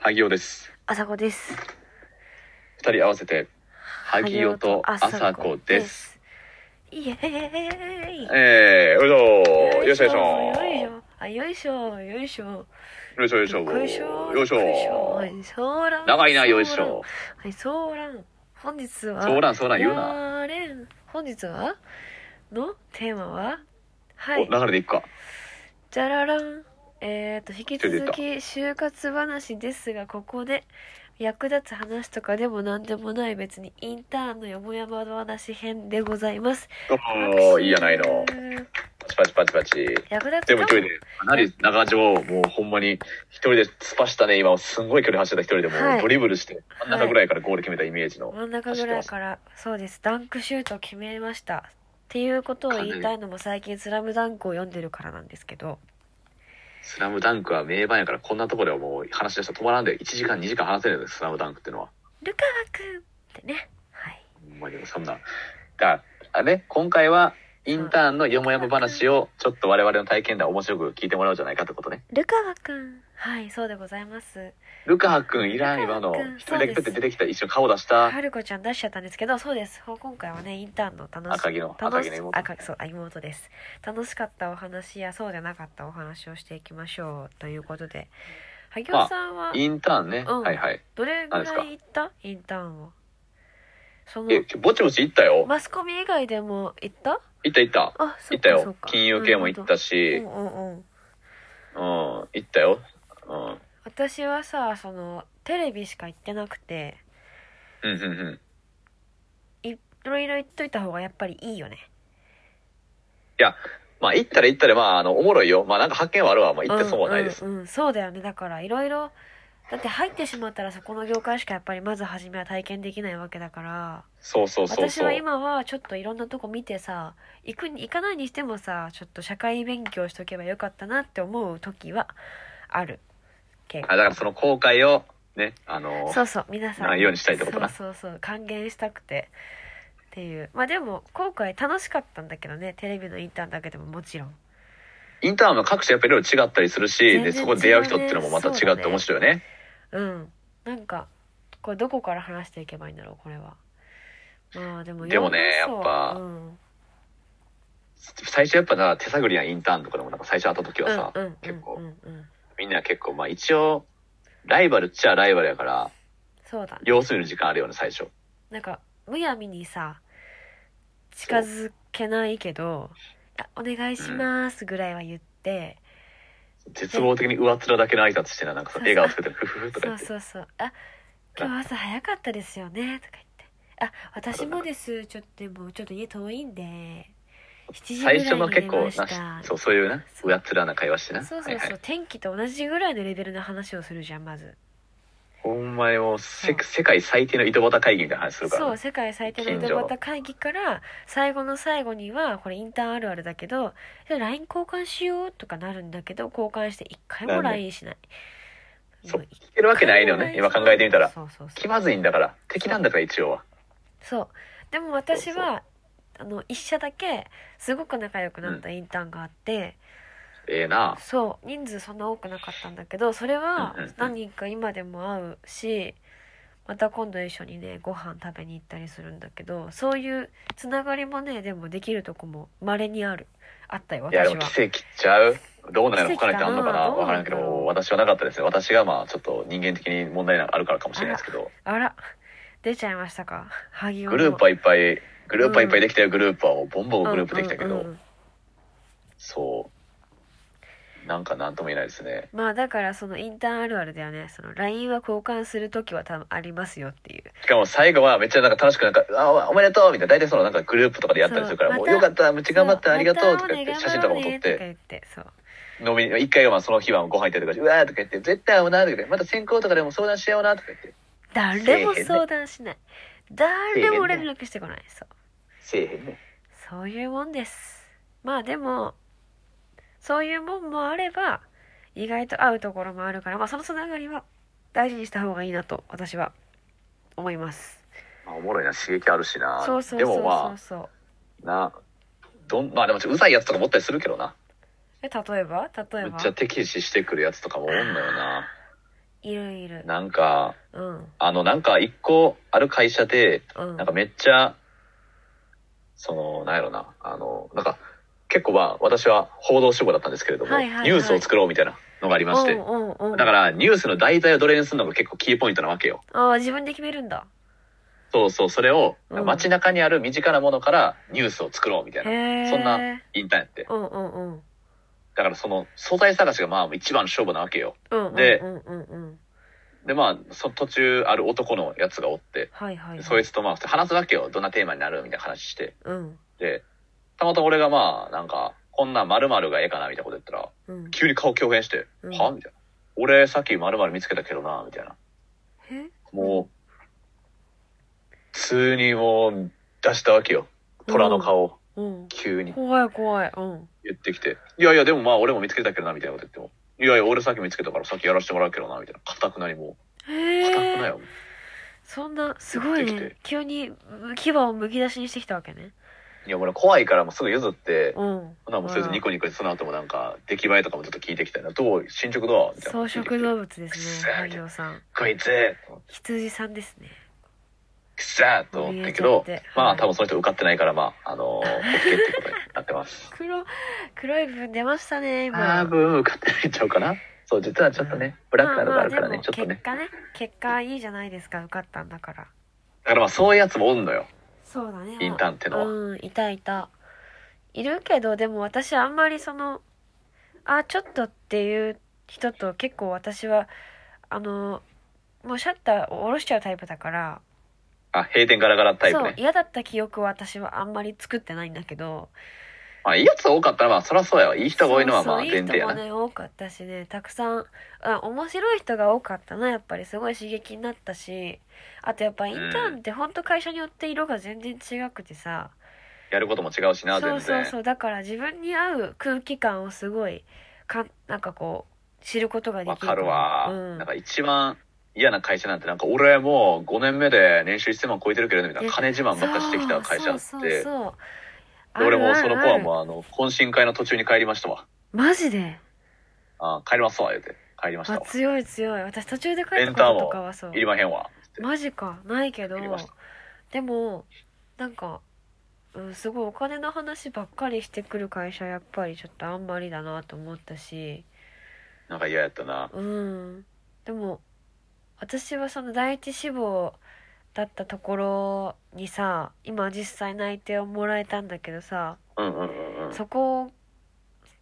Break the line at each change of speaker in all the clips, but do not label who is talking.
萩尾です。
朝子です。
二人合わせて、萩尾と朝子です。
萩尾と朝子です。イエーイ。
えー、うどーよいしょよいしょ
あ、よいしょ、よいしょ。
よいしょよいしょ
よいしょ。
よいしょ
はい、そうらん。
長いな、よいしょ。
はい、そうらん。本日は。
そうらん、そうらん言うな。
な。れん。本日は。のテーマは。は
お、
い。
流れでいくか。
じゃららん。えっ、と、引き続き就活話ですが、ここで。役立つ話とかでも何でもない別にインターンのよもやまの話編でございます。
おー、いいやないの。パチパチパチパチ。
役立つ
でも一
か
人で、かなり長城をもうほんまに、一人で突っ走ったね、今、すんごい距離走った一人でも
は
う
い
ドリブルして、真ん中ぐらいからゴール決めたイメージの。
真ん中ぐらいからそうですダンクシュートを決めましたっていうことを言いたいのも最近「スラムダンクを読んでるからなんですけど
スラムダンクは名盤やから、こんなところではもう話し出したら止まらんで、1時間、2時間話せるんです、スラムダンクってのは。
ルカワ君ってねはい
ほんまにそんな。だあれ今回は、インターンのよもやま話を、ちょっと我々の体験談を面白く聞いてもらおうじゃないかってことね。
ルカワ君はいそうでございます
ルカハ君いらん、今の
ルカ。ハ君
一人だけペ
そう
ッ
です
て出てきた、一瞬顔出した
は。るこちゃん出しちゃったんですけどそうですほ今回はねインターンの楽し
赤木の、赤
楽
木
し
の妹。
赤そうあ妹です楽しかったお話やそうじゃなかったお話をしていきましょうということで萩尾さんは
インターンね。
うん
はいはい。
どれぐ
何ですから
い行ったインターンをその
え、ぼちぼち行ったよ。
マスコミ以外でも行った
行った行った。
あそ
行
っ
った
かそっ
よ。
か
金融系も行ったし、
うんうんう
う
ん
ん、行ったよ。うん。
私はさそのテレビしか行ってなくて
うんうんうん。
いろいろ行っといた方がやっぱりいいよね
まあ行ったら行ったら、まああの、おもろいよ。まあなんか発見はあるわ。まあ行ってそうはないです。
うんうんうんそうだよねだからいろいろだって入ってしまったらそこの業界しかやっぱりまず初めは体験できないわけだから
そうそうそう
私
そう
は。今はちょっといろんなとこ見てさ行くに行かないにしてもさちょっと社会勉強しとけばよかったなって思う時はある結構
あだからその後悔を、ね、あの
そうそう皆さん
ないようにしたいってことな
そうそうそう還元したくてっていうまあでも今回楽しかったんだけどねテレビのインターンだけでももちろん
インターンの各社やっぱりいろいろ違ったりするし、
全然
で、そこで出会う人っていうのもまた
そうだ
違っ
ね
て面白いよね。
うんなんかこれどこから話していけばいいんだろうこれはまあでも
でもね
要素は
やっぱ
うん
最初やっぱな、手探りやインターンとかでもなんか最初会った時はさ、
うんうん
結構
うんうん
みんな結構まあ一応、ライバルっちゃライバルやから、
そうだね
様子見る時間あるよね、最初。
なんかむやみにさ近づけないけど「あお願いします」ぐらいは言って、
絶望的に上っ面だけの挨拶してな、なんかその笑顔つけて、ふふふとか言
そう
って。
そうそう「あ今日朝早かったですよね」とか言って「あ私もですちょっとでもちょっと家遠いんで7時ぐら
最
いに
初の結
出
構
ました」
な、そう、そういうな、
そう
上っ面な会話してな。
そうそうそう、
はいはい。
天気と同じぐらいのレベルの話をするじゃんまず
ほんまにもう、せ
そう
世界最低の井戸端会議みたいな話するから
そう
ね。
世界最低の
近所
井戸端会議から最後の最後にはこれインターンあるあるだけどじゃあ LINE 交換しようとかなるんだけど交換して一回も
なんで
LINE しない
そう
もう一
聞けるわけないのよ
回
ね、
も
今
LINE し
考えてみたら。
そうそうそう
気まずいんだから、敵なんだから一応は。
そうでも私はあの一社だけすごく仲良くなったインターンがあって、
ええな。
そう人数そんな多くなかったんだけどそれは
うんうんうん
何人か今でも会うしまた今度一緒にねご飯食べに行ったりするんだけどそういうつながりもねでもできるとこも稀にあるあったよ
いや、
私
で
は
も奇跡ちゃうどうなの
奇
他の
跡かな
人あんのかな
どう
わか
な
ら
ん
んけ
だろう
ど、私はなかったですね。私がまあ、ちょっと人間的に問題なんかあるからかもしれないですけど、
あら出ちゃいましたか萩尾の
グループはいっぱい、グループはいっぱいできたよ、グループは。もうボンボングループできたけ
うんうんう
ど、
ん
そう。なんかなんとも言えないですね。
まあだからそのインターンあるあるだよねその LINE は交換する時は多分ありますよっていう
しかも最後はめっちゃなんか楽しくなんか、あおめでとうみたいな、大体そのなんかグループとかでやったりするから、
そ
も
う
う
また
よかった、めっちゃ頑張った、
そう
ありがとうと
ま
か
た
言って、写真とかも撮っ
お願い頑張
て、
ろうねとか言ってそう
飲みに、一回はまあその日はご飯行ったりとかして、うわーとか言って、絶対会うなとか言って、また選考とかでも相談しようなとか言って、
誰も相談しない誰も連絡してこないそう
せえへんね。
そういうもんですまあでもそういうもんもあれば意外と合うところもあるからまあそのつながりは大事にした方がいいなと私は思います
まあ、おもろいな刺激あるしな
そうそう
で
そう
も
そう
ま
そう
あなどんまあでもちょっとうざいやつとか持ったりするけどな
え例えば例え
めっ
ば
ちゃ敵視してくるやつとかもおんのよな
いるいる。
なんか、
うん。
あの、なんか一個ある会社で、
うん
なん。かめっちゃ、その、なんやろな、あの、なんか、結構まあ、私は報道志望だったんですけれども、
はいはいはい
ニュースを作ろうみたいなのがありまして、
うんうんうん。
だからニュースの題材をどれにするのが結構キーポイントなわけよ。
ああ、自分で決めるんだ。
そうそう、それを
うん
街中にある身近なものからニュースを作ろうみたい
へ
な、
え。
そんなインターンやって。
うんうんうん。
だからその素材探しがまあ一番の勝負なわけよ。
うんうん
で
うんうんうん。
でまあ、その途中ある男のやつがおって、
はいはいはい。
そいつとまあ話すわけよ。どんなテーマになるみたいな話して。
うん。
で、たまたま俺がまあ、なんか、こんなん〇〇がええかなみたいなこと言ったら、
うん。
急に顔表現して、
うん
はみたいな。俺さっき〇〇見つけたけどな、みたいな。
え
もう、普通にもう出したわけよ。虎の顔を
うん。
急に
怖い怖い。うん。
言ってきて、いやいや、でもまあ俺も見つけたけどな、みたいなこと言っても、いやいや、俺さっき見つけたからさっきやらせてもらうけどな、みたいな。固くなりもう、
へ
固く
え。
なよ。
そんな、すご
持っ
い
てき
ね。急にむ牙をむき出しにしてきたわけね。
いや、俺怖いからもうすぐ譲って、
うん。
ほなもうそれでニコニコでその後もなんか、出来栄えとかもちょっと聞いてきたいな。どう進捗どうみたいな。
草食動物です
くっ
ね。
さー
ハイオさん。
こいつ
羊さんですね。
くっさーと思ったけど
怯えちゃって、
ま
は
あ
い
多分その人受かってないから、まあ、あのー、OK ってことになって ます。
黒、黒い部分出ましたね、今。
多分受かってないんちゃうかな。そう、実はちょっとね、ブラックなのがあるからね、ちょっとね
結。果ね、結果いいじゃないですか、受かったんだから。
だからまあそういうやつもおんのよ、
そうだね。
インターンってのは。
うん、いたいた。いるけど、でも私あんまりその、あ、ちょっとっていう人と結構私は、あの、もうシャッターを下ろしちゃうタイプだから、
あ、閉店ガラガラタイプ
そう
ね。
嫌だった記憶は私はあんまり作ってないんだけど
まあいいやつ多かったらまあそらそうやわ。いい人が多いのはまあ
そうそう
前提や
いい
な。
人もね多かったしねたくさんあ面白い人が多かったなやっぱりすごい刺激になったしあとやっぱインターンって本当会社によって色が全然違くてさ、
やることも違うしな、
そ
全
うそう
然。
そうだから自分に合う空気感をすごいかんなんかこう知ることができ
わ
る
かるわ。
うん
なんか一番嫌な会社なんてなんか俺もう5年目で年収1000万超えてるけどねみたいな金自慢ばっかしてきた会社あって。
そうそうそうそう
で俺もその子は
あるあるある
もうあの、懇親会の途中に帰りましたわ。
マジで
あ帰りますわ、言うて。帰りました
あ
わ。
強い強い私途中で帰
エ
った
ン
こ
ター
とと
も
かはそう
いりまへんわ。
マジかないけど
いりました
でもなんか、うん、すごいお金の話ばっかりしてくる会社やっぱりちょっとあんまりだなと思ったし
なんか嫌やったな。
うんでも私はその第一志望だったところにさ今実際内定をもらえたんだけどさ
うんうんうんうん。
そこ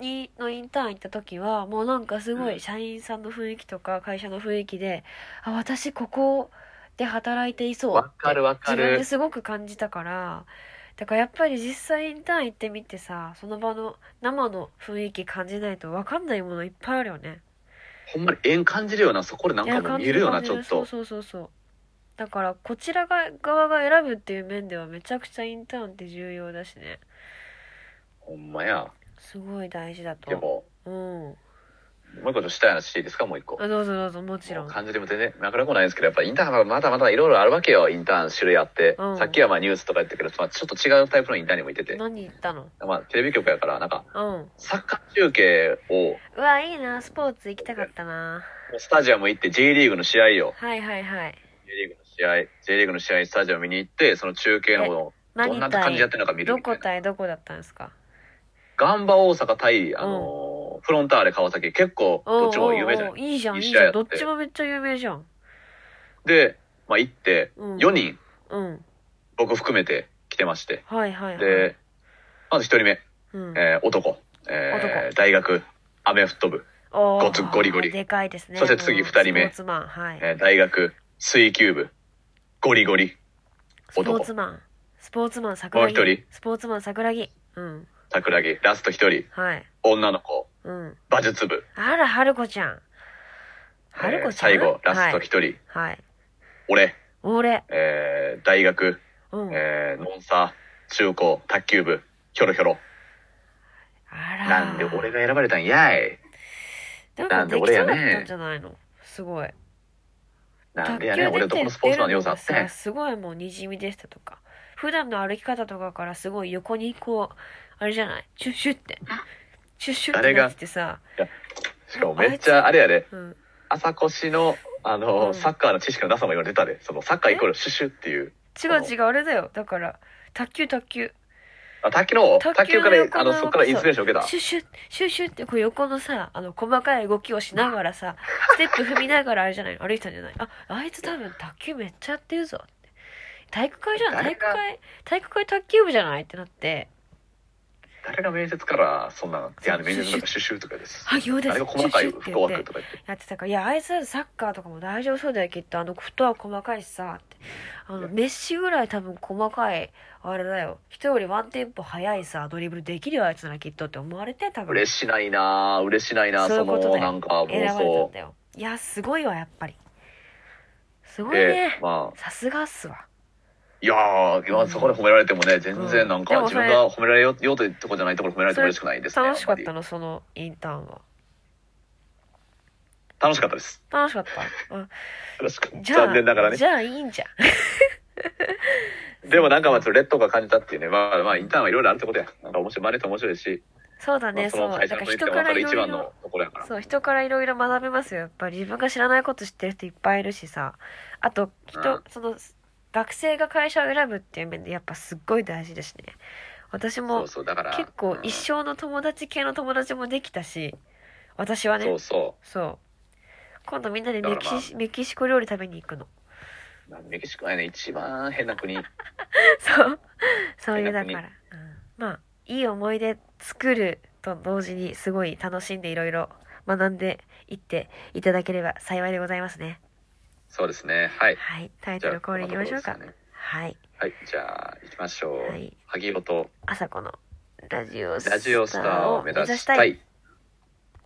にのインターン行った時はもうなんかすごい社員さんの雰囲気とか会社の雰囲気であ私ここで働いていそう
わかるわか
自分
る
で。すごく感じたからだからやっぱり実際インターン行ってみてさその場の生の雰囲気感じないと分かんないものいっぱいあるよね
ほんまに縁感じるような、そこでなんか
いや
もう
感
見
じ
えるような、
感
ち
じ
ょっと。
そうそうそうそうだからこちらが側が選ぶっていう面ではめちゃくちゃインターンって重要だしね
ほんまや。
すごい大事だと
でも、
うん
もう一個ちょっとしたい話していいですか、もう一個。
あどうぞどうぞもちろん
感じても全然なかなかないんですけど、やっぱインターンはまだまだいろいろあるわけよ、インターン種類あって。
うん
さっきはまあニュースとか言ったけど、まあ、ちょっと違うタイプのインターンにもいてて。
何言ったの
まあテレビ局やから、なんか、
うん
サッカー中継を、
うわいいなスポーツ行きたかったな
スタジアム行って J リーグの試合よ。
はいはいはい
J リーグの試合、J リーグの試合スタジアム見に行って、その中継のものをどん
何
な感じでやっ
対
てるのか見る
ど
みた
こ
いな。
対どこだったんですか
ガンバ大阪対、あのーフロンターレ川崎、結構どっちも有名じゃない
おうおうおういいじゃんいい
いい
じ
試合
ゃ
や
ん
って
どっちもめっちゃ有名じゃん
で、まあ行って、
うん
4人、
うん
僕含めて来てまして。
はいはいはい
で、まず1人目、
うん、
えー男、えー大学、アメフット部、
おー
ゴツゴリゴリ
でかいですね
そして次
うん
二人目
スポーツマンはい、
えー大学、水球部、ゴリゴリ、
スポ
男
ーツマンスポーツマン桜木
もう一人
スポーツマン桜木うん
桜木、ラスト1人、
はい
女の子、
うん
馬術部、
あら春子ちゃん
え
春
ー
子ちゃん、
最後、ラスト1
はい、
人、
はい、
俺、
俺
えー大学、
うん、
えーノンサー、中高、卓球部、ひょろひょろ。
あら
なんで俺が選ばれたんやい。
なん
な
か
んで
でき
俺
そ
やね
うだったんじゃないのすごい
なんで
卓
や
球
ね
で
ん、俺どこのスポーツマンの要素あって
出るのがさすごいもうにじみでしたとか普段の歩き方とかからすごい横にこうあれじゃないシュッシュってシュッシュってなっててさ
しかもめっちゃ、あれやで、
うん
朝越しのあの、
うん
サッカーの知識のなさも言われたで、そのサッカーイコールシュシュっていう。
違う違うあれだよだから卓球卓球
あ、卓球の、
卓
卓
球
球
の
から、
横の
あの、そこからインスピレーション受けた。
シュシュシュシュってこう横のさあの細かい動きをしながらさステップ踏みながらあれじゃないの歩いてたんじゃないああいつ多分卓球めっちゃやってるぞって体育会じゃん体
誰
育
が
会体育会卓球部じゃないってなって
誰が面接から、そんな、いや、面接なんかシュシュとかです。
あ業で
あ
す
れ
シ
が細
ュシ
かい
ュ
フ
って
ット
言っ
ワーク
て
とか言って。
やってたから「いやあいつサッカーとかも大丈夫そうだよきっとあのフットワーク細かいしさ」ってあのメッシぐらい多分細かいあれだよ人よりワンテンポ早いさドリブルできるよあいつならきっとって思われて多分
嬉しないなぁ、嬉しないなぁ、
そうい
そう
ことだよ
の、なんか、
選
妄
ばれた
想
んだ。よいやすごいわやっぱりすごい
で
ね、
まあ、
さすがっすわ
いやー、今そこで褒められてもね、全
うん
然なん
で
か、
もそ
自
れ
分が褒められようというとこじゃないところ褒められても嬉しくないですね。
楽しか
あ
った
んま
のそのインターンは
り楽しかったです。
楽しかったあ
楽しかった
じゃあ
残念ながらね
じ。ゃあいいんじゃん
でもなんかまあちょっと劣等感感じたっていうね、まあまあインターンはいろいろあるってことや。なんか面白い、真似て面白いし、
そうだ
ま
ね、
あその
そう
会社
だか
の
ら
雰囲気が
人
分かる一
からいろい
番
ろ
のところやから。
そう人からいろいろ学べますよやっぱり自分が知らないこと知ってる人いっぱいいるしさあと人、
うん
その学生が会社を選ぶっていう面でやっぱすっごい大事ですね私
そ
も
うそう、だから。
結構
うん
一生の友達系の友達もできたし私はね
そうそ
そう今度みんなで
だか
メ
ら
キシ、メキシコ料理食べに行くの
う。まあメキシコはね、一番変な国。
そうそういうだ
逆
か
に
ら、うんまあいい思い出作ると同時にすごい楽しんでいろいろ学んでいっていただければ幸いでございますね
そうですね。はい。
はいタイトルコールいきましょうか
こんなところです
はい
ねはい。じゃあ、行きましょう。
はい
萩尾と
朝子のラジオスタ
ラジオスター
ー
を
を
目
目
指
指
し
したた
い
い。